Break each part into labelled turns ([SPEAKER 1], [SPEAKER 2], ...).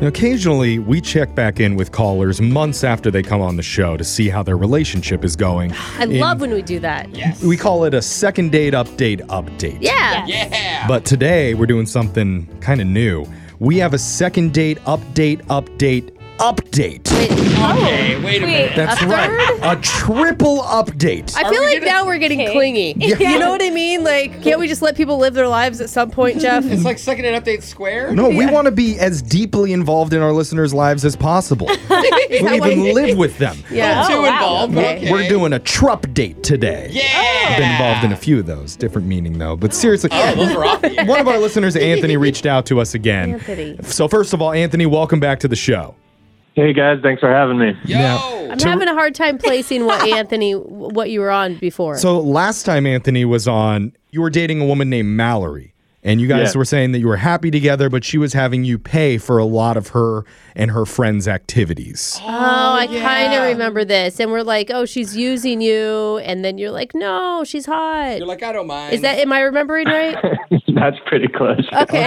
[SPEAKER 1] Now, occasionally, we check back in with callers months after they come on the show to see how their relationship is going.
[SPEAKER 2] I love when we do that.
[SPEAKER 3] Yes.
[SPEAKER 1] We call it a second date update update.
[SPEAKER 2] Yeah.
[SPEAKER 3] Yeah.
[SPEAKER 1] But today, we're doing something kind of new. We have a second date update update update.
[SPEAKER 2] Wait, oh,
[SPEAKER 3] Okay, wait a minute.
[SPEAKER 1] That's
[SPEAKER 2] a
[SPEAKER 1] right.
[SPEAKER 2] third?
[SPEAKER 1] A triple update.
[SPEAKER 2] I feel
[SPEAKER 3] we
[SPEAKER 2] like
[SPEAKER 3] gonna-
[SPEAKER 2] now we're getting
[SPEAKER 4] Okay.
[SPEAKER 2] clingy. You know what I mean? Like, can't we just let people live their lives at some point, Jeff?
[SPEAKER 3] It's like second and update square.
[SPEAKER 1] No, we want to be as deeply involved in our listeners' lives as possible. we even live with them.
[SPEAKER 2] yeah.
[SPEAKER 3] Too
[SPEAKER 4] Oh, wow.
[SPEAKER 3] involved. but
[SPEAKER 2] Okay.
[SPEAKER 3] Okay.
[SPEAKER 1] We're doing a trup date today.
[SPEAKER 3] Yeah.
[SPEAKER 1] I've been involved in a few of those. Different meaning though. But seriously,
[SPEAKER 3] Oh, those are obvious.
[SPEAKER 1] one of our listeners, Anthony, reached out to us again.
[SPEAKER 2] Anthony.
[SPEAKER 1] So first of all, Anthony, welcome back to the show.
[SPEAKER 5] Hey guys, thanks for having me.
[SPEAKER 3] Yo.
[SPEAKER 1] Yeah.
[SPEAKER 2] I'm having a hard time placing what Anthony, what you were on before.
[SPEAKER 1] So last time Anthony was on, you were dating a woman named Mallory. And you guys
[SPEAKER 5] Yeah.
[SPEAKER 1] were saying that you were happy together, but she was having you pay for a lot of her and her friends' activities.
[SPEAKER 2] oh, I kind of remember this. And we're like, oh, she's using you. And then you're like, no, she's hot.
[SPEAKER 3] You're like, I don't mind.
[SPEAKER 2] Is that, am I remembering right?
[SPEAKER 5] That's pretty close.
[SPEAKER 2] Okay.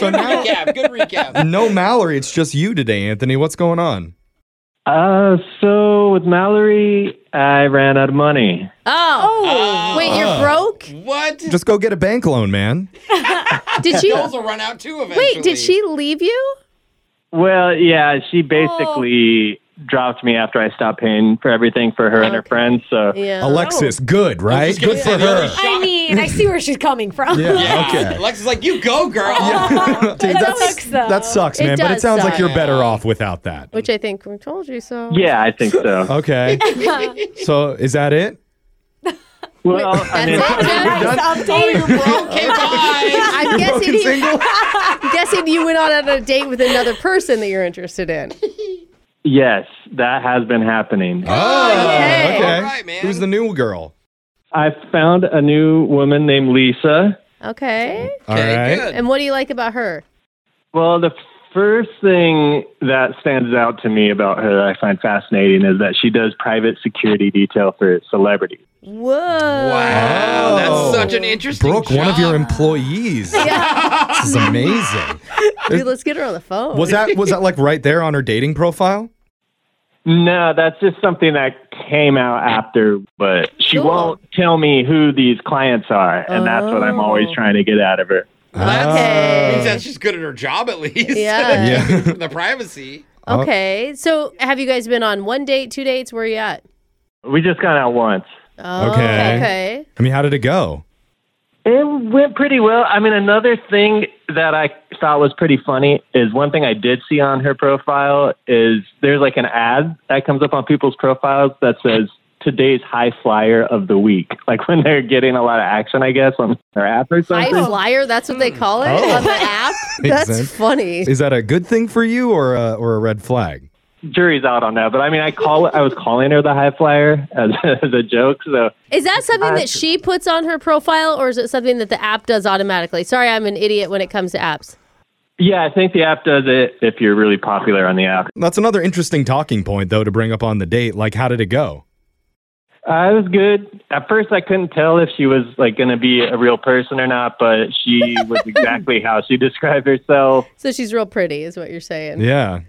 [SPEAKER 1] So now,
[SPEAKER 3] recap? Good recap.
[SPEAKER 1] no Mallory, it's just you today, Anthony. What's going on?
[SPEAKER 5] Uh, so with Mallory, I ran out of money.
[SPEAKER 2] Oh. Wait, you're broke?
[SPEAKER 3] What?
[SPEAKER 1] Just go get a bank loan, man.
[SPEAKER 2] Did she,
[SPEAKER 3] Those will run out too eventually.
[SPEAKER 2] wait, did she leave you?
[SPEAKER 5] Well, yeah, she basically
[SPEAKER 2] Oh.
[SPEAKER 5] dropped me after I stopped paying for everything for her and her friends. So
[SPEAKER 2] Yeah.
[SPEAKER 1] Alexis, good, right?
[SPEAKER 3] gonna
[SPEAKER 1] Good
[SPEAKER 3] say
[SPEAKER 1] for
[SPEAKER 3] the other
[SPEAKER 1] her.
[SPEAKER 3] sh-
[SPEAKER 4] I mean, I see where she's coming from.
[SPEAKER 1] Yeah,
[SPEAKER 3] Yeah.
[SPEAKER 1] okay.
[SPEAKER 3] Lex is like, you go, girl.
[SPEAKER 1] Dude,
[SPEAKER 4] That
[SPEAKER 1] that's-
[SPEAKER 4] sucks, though.
[SPEAKER 1] That sucks,
[SPEAKER 2] It
[SPEAKER 1] man. But it
[SPEAKER 2] does
[SPEAKER 1] sounds like
[SPEAKER 2] suck.
[SPEAKER 1] you're better off without that.
[SPEAKER 2] Which I think we told you so.
[SPEAKER 5] yeah, I think so.
[SPEAKER 1] Okay. so is that it?
[SPEAKER 5] Well, I
[SPEAKER 2] That's
[SPEAKER 5] mean,
[SPEAKER 2] it, Jeff?
[SPEAKER 4] Nice update.
[SPEAKER 3] Okay, bye.
[SPEAKER 2] I'm guessing,
[SPEAKER 1] Broken
[SPEAKER 2] he,
[SPEAKER 1] single?
[SPEAKER 2] I'm guessing you went on a date with another person that you're interested in.
[SPEAKER 5] yes, that has been happening.
[SPEAKER 1] Oh, okay.
[SPEAKER 3] All right, man.
[SPEAKER 1] Who's the new girl?
[SPEAKER 5] I found a new woman named Lisa.
[SPEAKER 2] Okay.
[SPEAKER 3] Okay,
[SPEAKER 1] All right.
[SPEAKER 3] good.
[SPEAKER 2] And what do you like about her?
[SPEAKER 5] Well, the first thing that stands out to me about her that I find fascinating is that she does private security detail for celebrities.
[SPEAKER 2] Whoa.
[SPEAKER 3] Wow,
[SPEAKER 1] Oh.
[SPEAKER 3] that's such an interesting
[SPEAKER 1] Brooke, one of
[SPEAKER 3] job.
[SPEAKER 1] your employees. This is amazing.
[SPEAKER 2] Dude, let's get her on the phone.
[SPEAKER 1] Was that was that like right there on her dating profile?
[SPEAKER 5] No, that's just something that came out after, but she
[SPEAKER 2] Cool.
[SPEAKER 5] won't tell me who these clients are, and that's what I'm always
[SPEAKER 2] Oh.
[SPEAKER 5] trying to get out of her.
[SPEAKER 3] That's,
[SPEAKER 2] Okay.
[SPEAKER 3] means that she's good at her job at least.
[SPEAKER 2] Yeah.
[SPEAKER 1] Yeah.
[SPEAKER 3] the privacy.
[SPEAKER 2] okay. So have you guys been on one date, two dates? Where are you at?
[SPEAKER 5] We just got out once.
[SPEAKER 2] Oh,
[SPEAKER 1] Okay.
[SPEAKER 2] Okay.
[SPEAKER 1] I mean, how did it go?
[SPEAKER 5] It went pretty well. I mean, another thing that I thought was pretty funny is one thing I did see on her profile is there's like an ad that comes up on people's profiles that says today's high flyer of the week, like when they're getting a lot of action, I guess, on their app or
[SPEAKER 2] High
[SPEAKER 5] something.
[SPEAKER 2] flyer, that's what they call it
[SPEAKER 1] Oh.
[SPEAKER 2] on the app?
[SPEAKER 1] Makes
[SPEAKER 2] That's
[SPEAKER 1] sense.
[SPEAKER 2] funny.
[SPEAKER 1] Is that a good thing for you or a, or a red flag?
[SPEAKER 5] jury's out on that. But I mean, I call I was calling her the high flyer as, as a joke. So
[SPEAKER 2] Is that something that she puts on her profile or is it something that the app does automatically? Sorry, I'm an idiot when it comes to apps.
[SPEAKER 5] yeah, I think the app does it if you're really popular on the app.
[SPEAKER 1] That's another interesting talking point though to bring up on the date. Like, how did it go?
[SPEAKER 5] Uh, it was good. At first, I couldn't tell if she was like going to be a real person or not, but she was exactly how she described herself.
[SPEAKER 2] So she's real pretty, is what you're saying.
[SPEAKER 1] Yeah.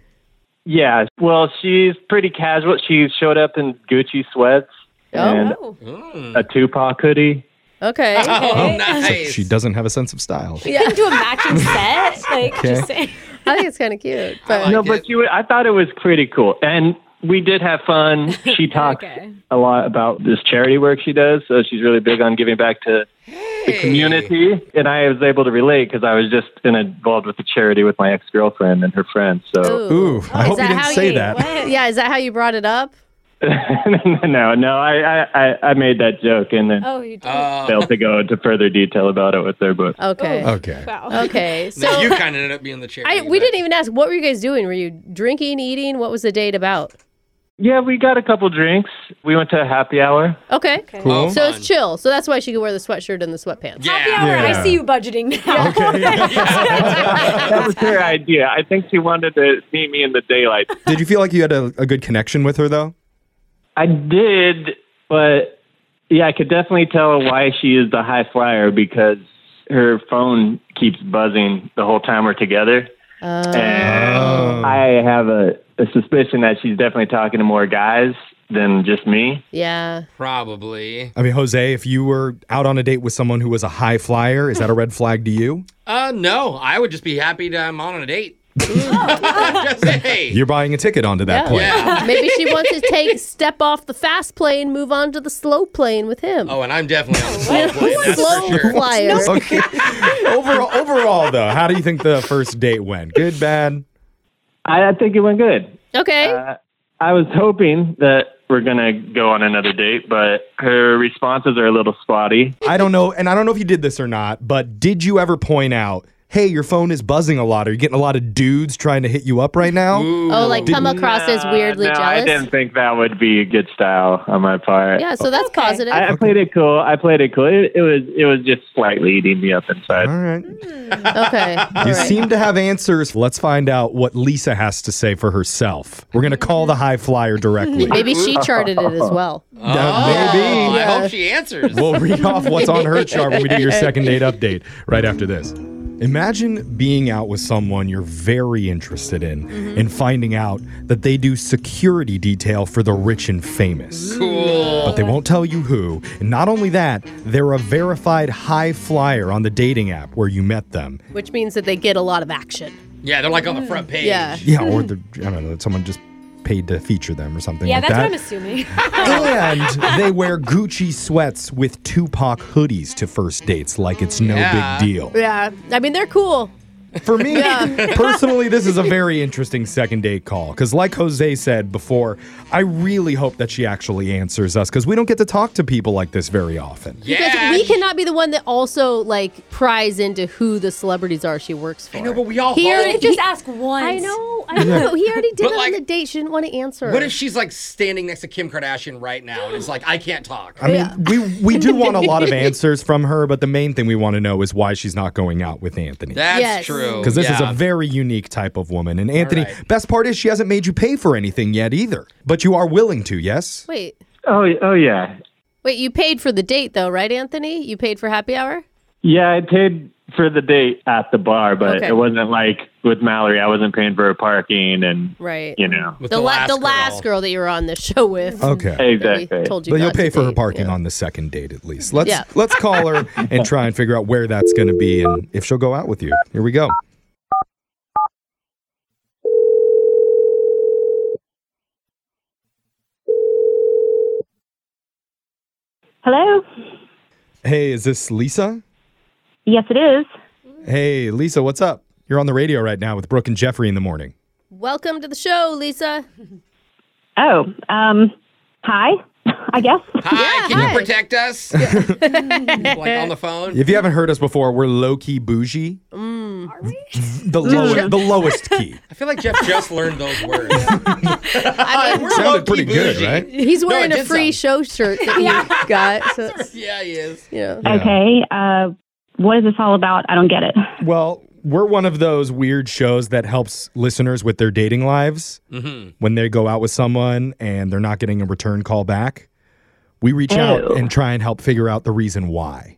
[SPEAKER 5] Yeah, well, she's pretty casual. She showed up in Gucci sweats and
[SPEAKER 4] Oh.
[SPEAKER 5] a Tupac hoodie.
[SPEAKER 2] Okay.
[SPEAKER 3] Oh, nice.
[SPEAKER 1] So she doesn't have a sense of style.
[SPEAKER 4] You can do a matching set. Like, just saying.
[SPEAKER 2] I think it's kind of cute. But
[SPEAKER 3] like
[SPEAKER 5] no,
[SPEAKER 3] it.
[SPEAKER 5] but you, I thought it was pretty cool, and we did have fun. She talks
[SPEAKER 4] Okay.
[SPEAKER 5] a lot about this charity work she does, so she's really big on giving back to the community. And I was able to relate because I was just in- involved with a charity with my ex girlfriend and her friends.
[SPEAKER 2] Oh.
[SPEAKER 5] So
[SPEAKER 1] Oh, Ooh, I hope you
[SPEAKER 2] that
[SPEAKER 1] didn't
[SPEAKER 2] how
[SPEAKER 1] say
[SPEAKER 2] you-
[SPEAKER 1] that.
[SPEAKER 4] What?
[SPEAKER 2] yeah, is that how you brought it up?
[SPEAKER 5] no, no, I, I- I, I made that joke and then
[SPEAKER 4] Oh, you did.
[SPEAKER 3] Uh,
[SPEAKER 5] failed to go into further detail about it with her. But
[SPEAKER 2] Okay.
[SPEAKER 1] Okay.
[SPEAKER 3] Oh.
[SPEAKER 4] wow.
[SPEAKER 2] Okay. So
[SPEAKER 3] now you kind of ended up being the chair.
[SPEAKER 2] I, we didn't even ask what were you guys doing? Were you drinking, eating? What was the date about?
[SPEAKER 5] yeah, we got a couple drinks. We went to a happy hour.
[SPEAKER 2] Okay.
[SPEAKER 1] Cool.
[SPEAKER 2] So it's chill. So that's why she could wear the sweatshirt and the sweatpants.
[SPEAKER 3] Yeah.
[SPEAKER 4] Happy hour.
[SPEAKER 1] Yeah.
[SPEAKER 4] I see you budgeting now.
[SPEAKER 5] That was her idea. I think she wanted to see me in the daylight.
[SPEAKER 1] Did you feel like you had a, a good connection with her though?
[SPEAKER 5] I did, but yeah, I could definitely tell why she is the high flyer because her phone keeps buzzing the whole time we're together.
[SPEAKER 2] Uh,
[SPEAKER 5] And I have a, a suspicion that she's definitely talking to more guys than just me.
[SPEAKER 2] Yeah.
[SPEAKER 3] Probably.
[SPEAKER 1] I mean, Jose, if you were out on a date with someone who was a high flyer, is that a red flag to you?
[SPEAKER 3] Uh, no, I would just be happy that I'm on a date. just say, hey,
[SPEAKER 1] You're buying a ticket onto that
[SPEAKER 2] Yeah.
[SPEAKER 1] plane.
[SPEAKER 3] yeah.
[SPEAKER 2] Maybe she wants to take step off the fast plane, move on to the slow plane with him.
[SPEAKER 3] Oh, and I'm definitely on the slow plane. That's
[SPEAKER 2] slow
[SPEAKER 3] for sure.
[SPEAKER 2] flyer.
[SPEAKER 1] Okay. overall, overall, though, how do you think the first date went? Good, bad?
[SPEAKER 5] I, I think it went good.
[SPEAKER 2] Okay.
[SPEAKER 5] Uh, I was hoping that we're gonna go on another date, but her responses are a little spotty.
[SPEAKER 1] I don't know, and I don't know if you did this or not, but did you ever point out, hey, your phone is buzzing a lot? Are you getting a lot of dudes trying to hit you up right now?
[SPEAKER 2] oh, like come across as weirdly
[SPEAKER 5] no,
[SPEAKER 2] jealous.
[SPEAKER 5] I didn't think that would be a good style on my part.
[SPEAKER 2] Yeah, so that's
[SPEAKER 4] Okay.
[SPEAKER 2] positive.
[SPEAKER 5] I, I played it cool. I played it cool. It, it was it was just slightly eating me up inside.
[SPEAKER 1] All right.
[SPEAKER 2] okay. Mm. all
[SPEAKER 1] You
[SPEAKER 2] right.
[SPEAKER 1] seem to have answers. Let's find out what Lisa has to say for herself. We're going to call the high flyer directly.
[SPEAKER 2] Maybe she charted it as well.
[SPEAKER 3] Oh,
[SPEAKER 1] maybe.
[SPEAKER 3] I hope she answers.
[SPEAKER 1] We'll read off what's on her chart when we do your second date update right after this. Imagine being out with someone you're very interested in
[SPEAKER 4] Mm-hmm.
[SPEAKER 1] and finding out that they do security detail for the rich and famous.
[SPEAKER 3] cool.
[SPEAKER 1] But they won't tell you who. And not only that, they're a verified high flyer on the dating app where you met them.
[SPEAKER 2] Which means that they get a lot of action.
[SPEAKER 3] Yeah, they're like on the front page.
[SPEAKER 2] Yeah.
[SPEAKER 1] Yeah, or they're, I don't know, someone just paid to feature them or something
[SPEAKER 4] Yeah,
[SPEAKER 1] like
[SPEAKER 4] that's what I'm
[SPEAKER 1] that.
[SPEAKER 4] assuming.
[SPEAKER 1] and they wear Gucci sweats with Tupac hoodies to first dates like it's no
[SPEAKER 3] Yeah.
[SPEAKER 1] big deal.
[SPEAKER 2] Yeah. I mean, they're cool.
[SPEAKER 1] For me, personally, this is a very interesting second date call. Because, like Jose said before, I really hope that she actually answers us because we don't get to talk to people like this very often.
[SPEAKER 2] Because
[SPEAKER 3] Yeah.
[SPEAKER 2] we cannot be the one that also like pries into who the celebrities are she works for.
[SPEAKER 3] I know, but we all
[SPEAKER 2] Here
[SPEAKER 3] hope.
[SPEAKER 2] it
[SPEAKER 4] Just ask once.
[SPEAKER 2] I know. I know. He already did
[SPEAKER 3] But,
[SPEAKER 2] it
[SPEAKER 3] like,
[SPEAKER 2] on the date. She didn't want to answer.
[SPEAKER 3] What if she's like standing next to Kim Kardashian right now and it's like, I can't talk?
[SPEAKER 1] I mean, we, we do want a lot of answers from her, but the main thing we want to know is why she's not going out with Anthony.
[SPEAKER 3] That's
[SPEAKER 2] Yes.
[SPEAKER 3] true.
[SPEAKER 1] Because this is
[SPEAKER 3] Yeah.
[SPEAKER 1] a very unique type of woman. And Anthony,
[SPEAKER 3] right.
[SPEAKER 1] best part is she hasn't made you pay for anything yet either. But you are willing to, yes?
[SPEAKER 2] Wait.
[SPEAKER 5] Oh oh yeah,
[SPEAKER 2] Wait, you paid for the date though, right, Anthony? You paid for happy hour?
[SPEAKER 5] yeah. I paid for the date at the bar, but
[SPEAKER 2] Okay.
[SPEAKER 5] it wasn't like with Mallory. I wasn't paying for her parking, and
[SPEAKER 2] Right.
[SPEAKER 5] you know
[SPEAKER 3] With
[SPEAKER 2] The, la- the
[SPEAKER 3] girl.
[SPEAKER 2] last girl that you were on this show with.
[SPEAKER 1] Okay.
[SPEAKER 2] that we
[SPEAKER 5] exactly.
[SPEAKER 2] told you
[SPEAKER 1] Oh, But you'll
[SPEAKER 2] not
[SPEAKER 1] pay
[SPEAKER 2] to
[SPEAKER 1] for her
[SPEAKER 2] date.
[SPEAKER 1] parking
[SPEAKER 2] Yeah.
[SPEAKER 1] on the second date at least. Let's
[SPEAKER 2] Yeah.
[SPEAKER 1] let's call her and try and figure out where that's going to be and if she'll go out with you. Here we go.
[SPEAKER 6] Hello?
[SPEAKER 1] Hey, is this Lisa?
[SPEAKER 6] Yes, it is.
[SPEAKER 1] Hey, Lisa, what's up? You're on the radio right now with Brooke and Jeffrey in the morning.
[SPEAKER 2] Welcome to the show, Lisa.
[SPEAKER 6] Oh, um, hi, I guess.
[SPEAKER 3] Hi, can
[SPEAKER 2] hi.
[SPEAKER 3] you protect us? like on the phone?
[SPEAKER 1] If you haven't heard us before, we're low key bougie.
[SPEAKER 2] Mm.
[SPEAKER 1] The low, the lowest key.
[SPEAKER 3] I feel like Jeff just learned those words.
[SPEAKER 2] I mean,
[SPEAKER 3] We're
[SPEAKER 1] Sounded
[SPEAKER 3] low-key
[SPEAKER 1] pretty good,
[SPEAKER 3] bougie.
[SPEAKER 1] right?
[SPEAKER 2] he's wearing
[SPEAKER 3] it
[SPEAKER 2] a
[SPEAKER 3] did
[SPEAKER 2] free show shirt that he got. So it's,
[SPEAKER 3] Yeah, he is.
[SPEAKER 2] you know.
[SPEAKER 1] Yeah.
[SPEAKER 6] Okay, uh, what is this all about? I don't get it.
[SPEAKER 1] Well, we're one of those weird shows that helps listeners with their dating lives.
[SPEAKER 3] Mm-hmm.
[SPEAKER 1] when they go out with someone and they're not getting a return call back, we reach out
[SPEAKER 6] Oh.
[SPEAKER 1] and try and help figure out the reason why.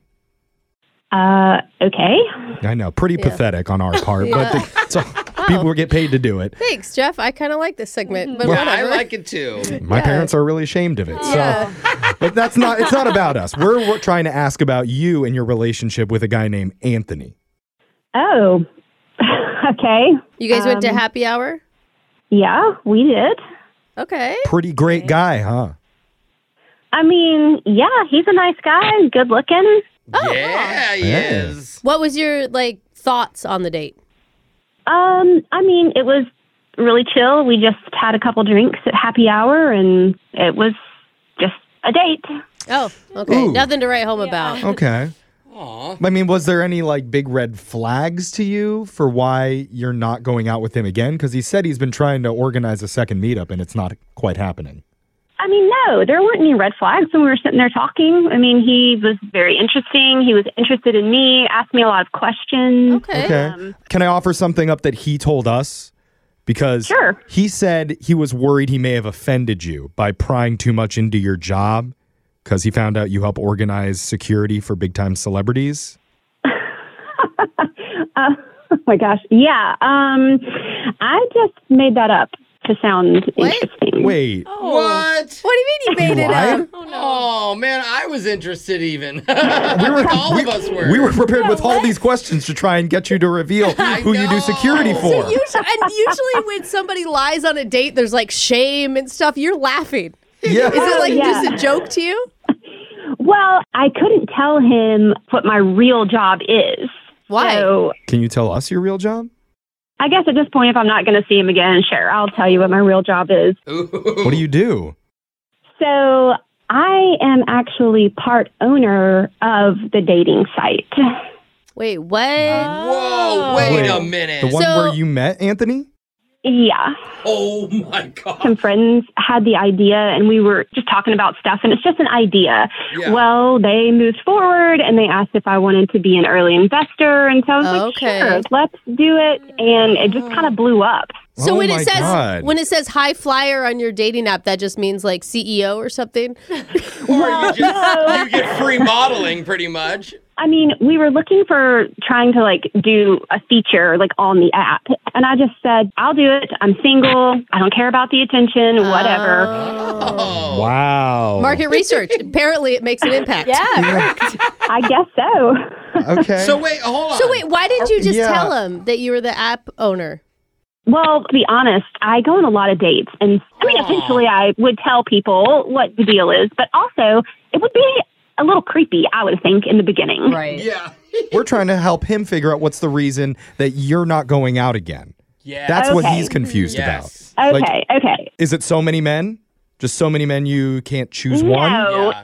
[SPEAKER 6] Uh, okay.
[SPEAKER 1] I know, pretty pathetic on our part, but the, so people get paid to do it.
[SPEAKER 2] Thanks, Jeff. I kind of like this segment, but
[SPEAKER 3] Yeah, I
[SPEAKER 2] whatever.
[SPEAKER 3] like it too.
[SPEAKER 1] My parents are really ashamed of it. So, but that's not. It's not about us. We're, we're trying to ask about you and your relationship with a guy named Anthony.
[SPEAKER 6] Oh, okay.
[SPEAKER 2] you guys went
[SPEAKER 3] um,
[SPEAKER 2] to happy hour?
[SPEAKER 6] Yeah, we did.
[SPEAKER 2] Okay.
[SPEAKER 1] Pretty great guy, huh?
[SPEAKER 6] I mean, yeah, he's a nice guy, good looking.
[SPEAKER 1] Oh,
[SPEAKER 3] yeah, he
[SPEAKER 1] Hey.
[SPEAKER 3] is.
[SPEAKER 2] What was your like thoughts on the date?
[SPEAKER 6] Um, I mean, it was really chill. We just had a couple drinks at happy hour, and it was just a date.
[SPEAKER 2] Oh, okay.
[SPEAKER 1] Ooh.
[SPEAKER 2] Nothing to write home about.
[SPEAKER 1] Okay.
[SPEAKER 3] Aw.
[SPEAKER 1] I mean, was there any like big red flags to you for why you're not going out with him again? Because he said he's been trying to organize a second meetup and it's not quite happening.
[SPEAKER 6] I mean, no, there weren't any red flags when we were sitting there talking. I mean, he was very interesting. He was interested in me, asked me a lot of questions.
[SPEAKER 2] Okay.
[SPEAKER 1] Can I offer something up that he told us? Because
[SPEAKER 6] Sure.
[SPEAKER 1] he said he was worried he may have offended you by prying too much into your job because he found out you help organize security for big time celebrities.
[SPEAKER 6] Oh my gosh. Yeah. Um, I just made that up to sound
[SPEAKER 2] What?
[SPEAKER 6] interesting.
[SPEAKER 1] Wait.
[SPEAKER 3] Oh, What?
[SPEAKER 2] What do you mean you made it
[SPEAKER 1] What?
[SPEAKER 2] up?
[SPEAKER 3] Oh, man, I was interested even.
[SPEAKER 1] We were,
[SPEAKER 3] All
[SPEAKER 1] we,
[SPEAKER 3] of us were.
[SPEAKER 1] we were prepared with all these questions to try and get you to reveal who you do
[SPEAKER 3] know.
[SPEAKER 1] security
[SPEAKER 3] So
[SPEAKER 1] for.
[SPEAKER 2] Usually, and usually when somebody lies on a date, there's like shame and stuff. You're laughing.
[SPEAKER 1] Oh, yeah.
[SPEAKER 2] Is it like
[SPEAKER 6] yeah.
[SPEAKER 2] just a joke to you?
[SPEAKER 6] Well, I couldn't tell him what my real job is.
[SPEAKER 2] Why?
[SPEAKER 6] So
[SPEAKER 1] Can you tell us your real job?
[SPEAKER 6] I guess at this point, if I'm not going to see him again, sure, I'll tell you what my real job is.
[SPEAKER 1] What do you do?
[SPEAKER 6] So I am actually part owner of the dating site.
[SPEAKER 2] Wait, what?
[SPEAKER 3] Whoa, wait,
[SPEAKER 1] Oh. Wait,
[SPEAKER 3] a
[SPEAKER 1] The
[SPEAKER 3] minute.
[SPEAKER 1] one
[SPEAKER 2] So-
[SPEAKER 1] where you met Anthony?
[SPEAKER 6] Yeah.
[SPEAKER 3] oh my god.
[SPEAKER 6] Some friends had the idea and we were just talking about stuff and it's just an idea.
[SPEAKER 3] Yeah.
[SPEAKER 6] Well, they moved forward and they asked if I wanted to be an early investor. And so I was like,
[SPEAKER 2] Okay.
[SPEAKER 6] sure, let's do it. And it just kind of blew up.
[SPEAKER 2] So
[SPEAKER 1] Oh
[SPEAKER 2] when it
[SPEAKER 1] my
[SPEAKER 2] says
[SPEAKER 1] God.
[SPEAKER 2] when it says high flyer on your dating app, that just means like CEO or something.
[SPEAKER 3] Or
[SPEAKER 1] Oh,
[SPEAKER 3] you, just, you get free modeling pretty much.
[SPEAKER 6] I mean, we were looking for trying to like do a feature like on the app. And I just said, I'll do it. I'm single. I don't care about the attention, whatever.
[SPEAKER 3] Oh.
[SPEAKER 1] Wow.
[SPEAKER 2] Market research. Apparently, it makes an impact.
[SPEAKER 4] Yeah.
[SPEAKER 6] I guess so.
[SPEAKER 1] Okay.
[SPEAKER 3] Oh. So wait, hold on.
[SPEAKER 2] So wait, why didn't you just
[SPEAKER 1] Yeah.
[SPEAKER 2] tell him that you were the app owner?
[SPEAKER 6] well, to be honest, I go on a lot of dates. And I mean, eventually I would tell people what the deal is, but also it would be a little creepy, I would think, in the beginning.
[SPEAKER 7] Right.
[SPEAKER 3] Yeah.
[SPEAKER 1] We're trying to help him figure out what's the reason that you're not going out again.
[SPEAKER 3] Yeah.
[SPEAKER 1] That's what
[SPEAKER 6] Okay.
[SPEAKER 1] he's confused
[SPEAKER 3] Yes.
[SPEAKER 1] about.
[SPEAKER 6] Okay,
[SPEAKER 1] Like,
[SPEAKER 6] okay.
[SPEAKER 1] is it so many men? Just so many men you can't choose one?
[SPEAKER 6] No,
[SPEAKER 3] Yeah.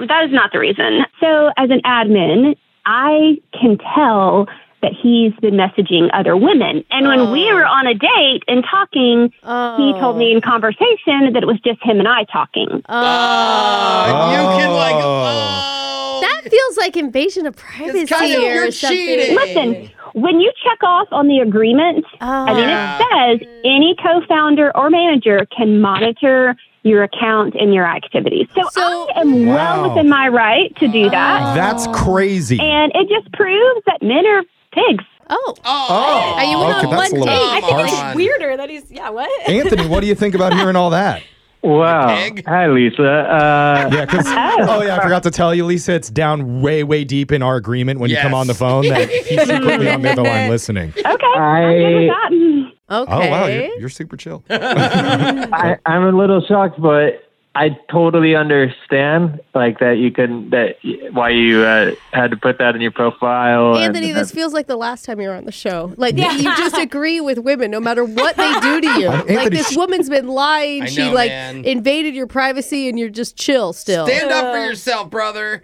[SPEAKER 6] no, that is not the reason. So, as an admin, I can tell that he's been messaging other women. And when we were on a date and talking,
[SPEAKER 2] Oh.
[SPEAKER 6] he told me in conversation that it was just him and I talking.
[SPEAKER 3] Uh, You can like.
[SPEAKER 1] Oh.
[SPEAKER 3] Oh.
[SPEAKER 2] That feels like invasion of privacy
[SPEAKER 3] It's kind of
[SPEAKER 2] or
[SPEAKER 3] you're
[SPEAKER 2] something.
[SPEAKER 3] cheating.
[SPEAKER 6] Listen, when you check off on the agreement, I mean,
[SPEAKER 3] Yeah.
[SPEAKER 6] it says any co founder or manager can monitor your account and your activities. So,
[SPEAKER 2] So-
[SPEAKER 6] I am
[SPEAKER 1] Wow. Ah.
[SPEAKER 6] well within my right to do that.
[SPEAKER 2] Oh.
[SPEAKER 1] That's crazy.
[SPEAKER 6] And it just proves that men are pigs.
[SPEAKER 2] Oh,
[SPEAKER 3] oh.
[SPEAKER 2] Are you
[SPEAKER 1] okay,
[SPEAKER 2] on
[SPEAKER 1] that's a
[SPEAKER 2] one
[SPEAKER 1] little
[SPEAKER 2] date?
[SPEAKER 4] I think
[SPEAKER 1] harsh.
[SPEAKER 4] it's just weirder that he's, yeah, what?
[SPEAKER 1] Anthony, what do you think about hearing all that?
[SPEAKER 5] Wow.
[SPEAKER 3] pig.
[SPEAKER 5] Hi, Lisa. Uh,
[SPEAKER 1] Yeah, 'cause- oh yeah, I forgot to tell you, Lisa. It's down way, way deep in our agreement when you come
[SPEAKER 3] Yes.
[SPEAKER 1] on the phone that he's secretly on the other line listening.
[SPEAKER 6] Okay. I'm good with that. Mm.
[SPEAKER 2] okay.
[SPEAKER 1] Oh wow, you're, you're super chill.
[SPEAKER 5] I, I'm a little shocked, but I totally understand like that you couldn't that why you uh, had to put that in your profile. and-
[SPEAKER 2] Anthony, this feels like the last time you were on the show. Like you just agree with women no matter what they do to you. like
[SPEAKER 1] Anthony,
[SPEAKER 2] this
[SPEAKER 1] sh-
[SPEAKER 2] woman's been lying.
[SPEAKER 3] I
[SPEAKER 2] she
[SPEAKER 3] know,
[SPEAKER 2] like
[SPEAKER 3] man.
[SPEAKER 2] invaded your privacy and you're just chill still.
[SPEAKER 3] Stand up for yourself, brother.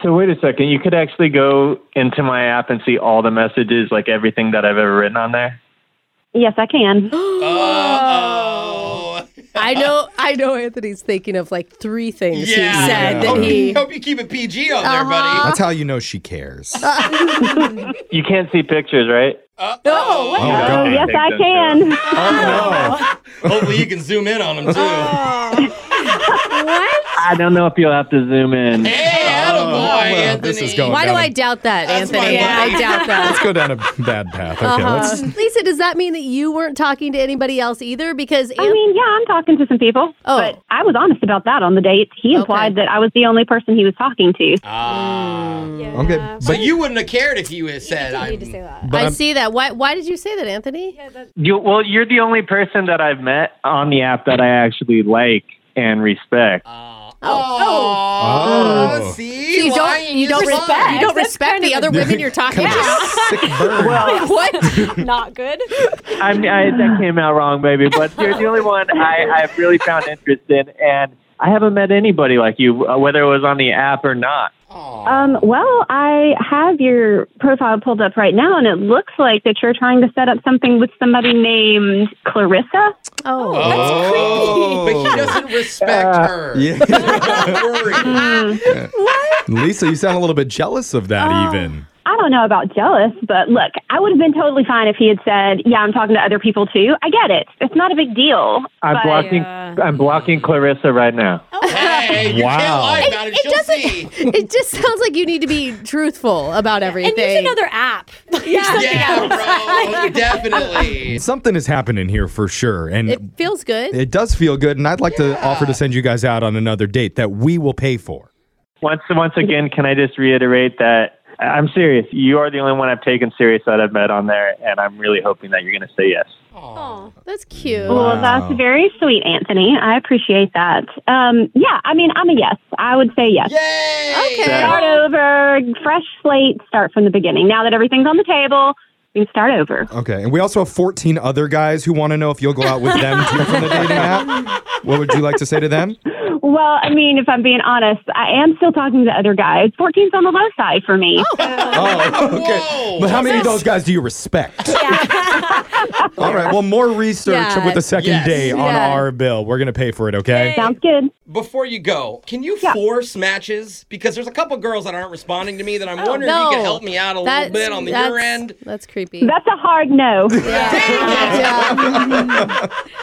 [SPEAKER 5] so wait a second, you could actually go into my app and see all the messages, like everything that I've ever written on there.
[SPEAKER 6] Yes, I can.
[SPEAKER 3] Oh.
[SPEAKER 2] I know I know Anthony's thinking of like three things
[SPEAKER 3] Yeah. Oh,
[SPEAKER 2] he said that
[SPEAKER 3] hope,
[SPEAKER 2] he Uh-huh.
[SPEAKER 3] hope you keep it PG on there, buddy.
[SPEAKER 1] That's how you know she cares.
[SPEAKER 5] You can't see pictures, right?
[SPEAKER 3] oh
[SPEAKER 1] Oh, God.
[SPEAKER 6] Oh, yes,
[SPEAKER 5] Take
[SPEAKER 6] I
[SPEAKER 5] them,
[SPEAKER 6] can.
[SPEAKER 3] Hopefully you can zoom in on him too.
[SPEAKER 2] Oh.
[SPEAKER 5] I don't know if you'll have to zoom in.
[SPEAKER 3] hey, Adam boy,
[SPEAKER 1] Oh, well,
[SPEAKER 3] Anthony.
[SPEAKER 1] this is going-
[SPEAKER 2] Why do
[SPEAKER 1] Got
[SPEAKER 2] I
[SPEAKER 1] him.
[SPEAKER 2] doubt that,
[SPEAKER 3] Oh, That's
[SPEAKER 2] Anthony?
[SPEAKER 3] my
[SPEAKER 2] I
[SPEAKER 3] line.
[SPEAKER 2] doubt
[SPEAKER 1] Let's
[SPEAKER 2] that.
[SPEAKER 1] go down a bad path. Okay,
[SPEAKER 2] Uh-huh.
[SPEAKER 1] let's
[SPEAKER 2] Lisa, does that mean that you weren't talking to anybody else either? Because
[SPEAKER 6] I
[SPEAKER 2] Anth-
[SPEAKER 6] mean, yeah, I'm talking to some people.
[SPEAKER 2] Oh.
[SPEAKER 6] But I was honest about that on the date. He implied
[SPEAKER 2] Okay. Oh.
[SPEAKER 6] that I was the only person he was talking to.
[SPEAKER 2] Mm.
[SPEAKER 3] Ah.
[SPEAKER 1] Okay,
[SPEAKER 4] Yeah.
[SPEAKER 1] but
[SPEAKER 3] But you wouldn't have cared if you had said
[SPEAKER 4] I
[SPEAKER 3] I.
[SPEAKER 4] need to say that.
[SPEAKER 1] But
[SPEAKER 2] I
[SPEAKER 1] I'm-
[SPEAKER 2] see that. Why why did you say that, Anthony?
[SPEAKER 5] You well, you're the only person that I've met on the app that I actually like and respect.
[SPEAKER 3] Oh.
[SPEAKER 1] Oh.
[SPEAKER 3] Oh, See,
[SPEAKER 2] So you don't
[SPEAKER 3] Lying
[SPEAKER 2] you
[SPEAKER 3] is
[SPEAKER 2] don't
[SPEAKER 3] lying.
[SPEAKER 2] respect you don't
[SPEAKER 4] That's
[SPEAKER 2] respect
[SPEAKER 4] kind
[SPEAKER 2] the
[SPEAKER 4] of
[SPEAKER 2] other
[SPEAKER 4] a-
[SPEAKER 2] women you're talking
[SPEAKER 1] Kind of
[SPEAKER 2] to.
[SPEAKER 1] a sick burn.
[SPEAKER 2] What?
[SPEAKER 4] Not good.
[SPEAKER 5] I mean, I, that came out wrong, maybe, but you're the only one I, I've really found interest in, and I haven't met anybody like you, uh, whether it was on the app or not.
[SPEAKER 6] Um, well, I have your profile pulled up right now, and it looks like that you're trying to set up something with somebody named Clarissa.
[SPEAKER 2] Oh.
[SPEAKER 3] Oh. But he doesn't respect her.
[SPEAKER 1] Yeah.
[SPEAKER 3] Don't worry.
[SPEAKER 2] Mm.
[SPEAKER 1] Lisa, you sound a little bit jealous of that, even.
[SPEAKER 6] I don't know about jealous, but look, I would have been totally fine if he had said, "Yeah, I'm talking to other people too." I get it; it's not a big deal.
[SPEAKER 5] I'm blocking. I'm blocking Clarissa right now.
[SPEAKER 3] Hey, you can't
[SPEAKER 1] Wow.
[SPEAKER 3] lie about it.
[SPEAKER 2] It
[SPEAKER 3] She'll see.
[SPEAKER 2] doesn't. It just sounds like you need to be truthful about
[SPEAKER 4] And
[SPEAKER 2] everything.
[SPEAKER 4] there's another app. Yeah.
[SPEAKER 3] Yeah, bro. Definitely.
[SPEAKER 1] Something is happening here for sure. And
[SPEAKER 2] It feels good.
[SPEAKER 1] It does feel good, and I'd like to offer to send you guys out on another date that we will pay for.
[SPEAKER 5] Once, once again, can I just reiterate that I'm serious. You are the only one I've taken serious that I've met on there, and I'm really hoping that you're going to say yes.
[SPEAKER 2] That's cute.
[SPEAKER 1] Wow.
[SPEAKER 6] Well, that's very sweet, Anthony. I appreciate that. Um, yeah, I mean, I'm a yes. I would say yes.
[SPEAKER 3] Yay!
[SPEAKER 2] Okay.
[SPEAKER 6] Start over, fresh slate, start from the beginning. Now that everything's on the table, we can start over.
[SPEAKER 1] Okay, and we also have 14 other guys who want to know if you'll go out with them too from the dating app. What would you like to say to them?
[SPEAKER 6] Well, I mean, if I'm being honest, I am still talking to other guys. 14's on the low side for me.
[SPEAKER 1] Oh, okay.
[SPEAKER 3] Whoa.
[SPEAKER 1] But how many of those guys do you respect? All right, well, more research
[SPEAKER 2] Yeah.
[SPEAKER 1] with the second
[SPEAKER 3] Yes.
[SPEAKER 1] day on
[SPEAKER 2] Yeah.
[SPEAKER 1] our bill. We're going to pay for it, okay?
[SPEAKER 6] Sounds good.
[SPEAKER 3] Before you go, can you force matches? Because there's a couple girls that aren't responding to me that I'm wondering if you can help me out a little
[SPEAKER 2] Oh, That's-
[SPEAKER 3] bit on the
[SPEAKER 2] that's-
[SPEAKER 3] your end.
[SPEAKER 2] That's creepy.
[SPEAKER 6] That's a hard no.
[SPEAKER 2] Yeah.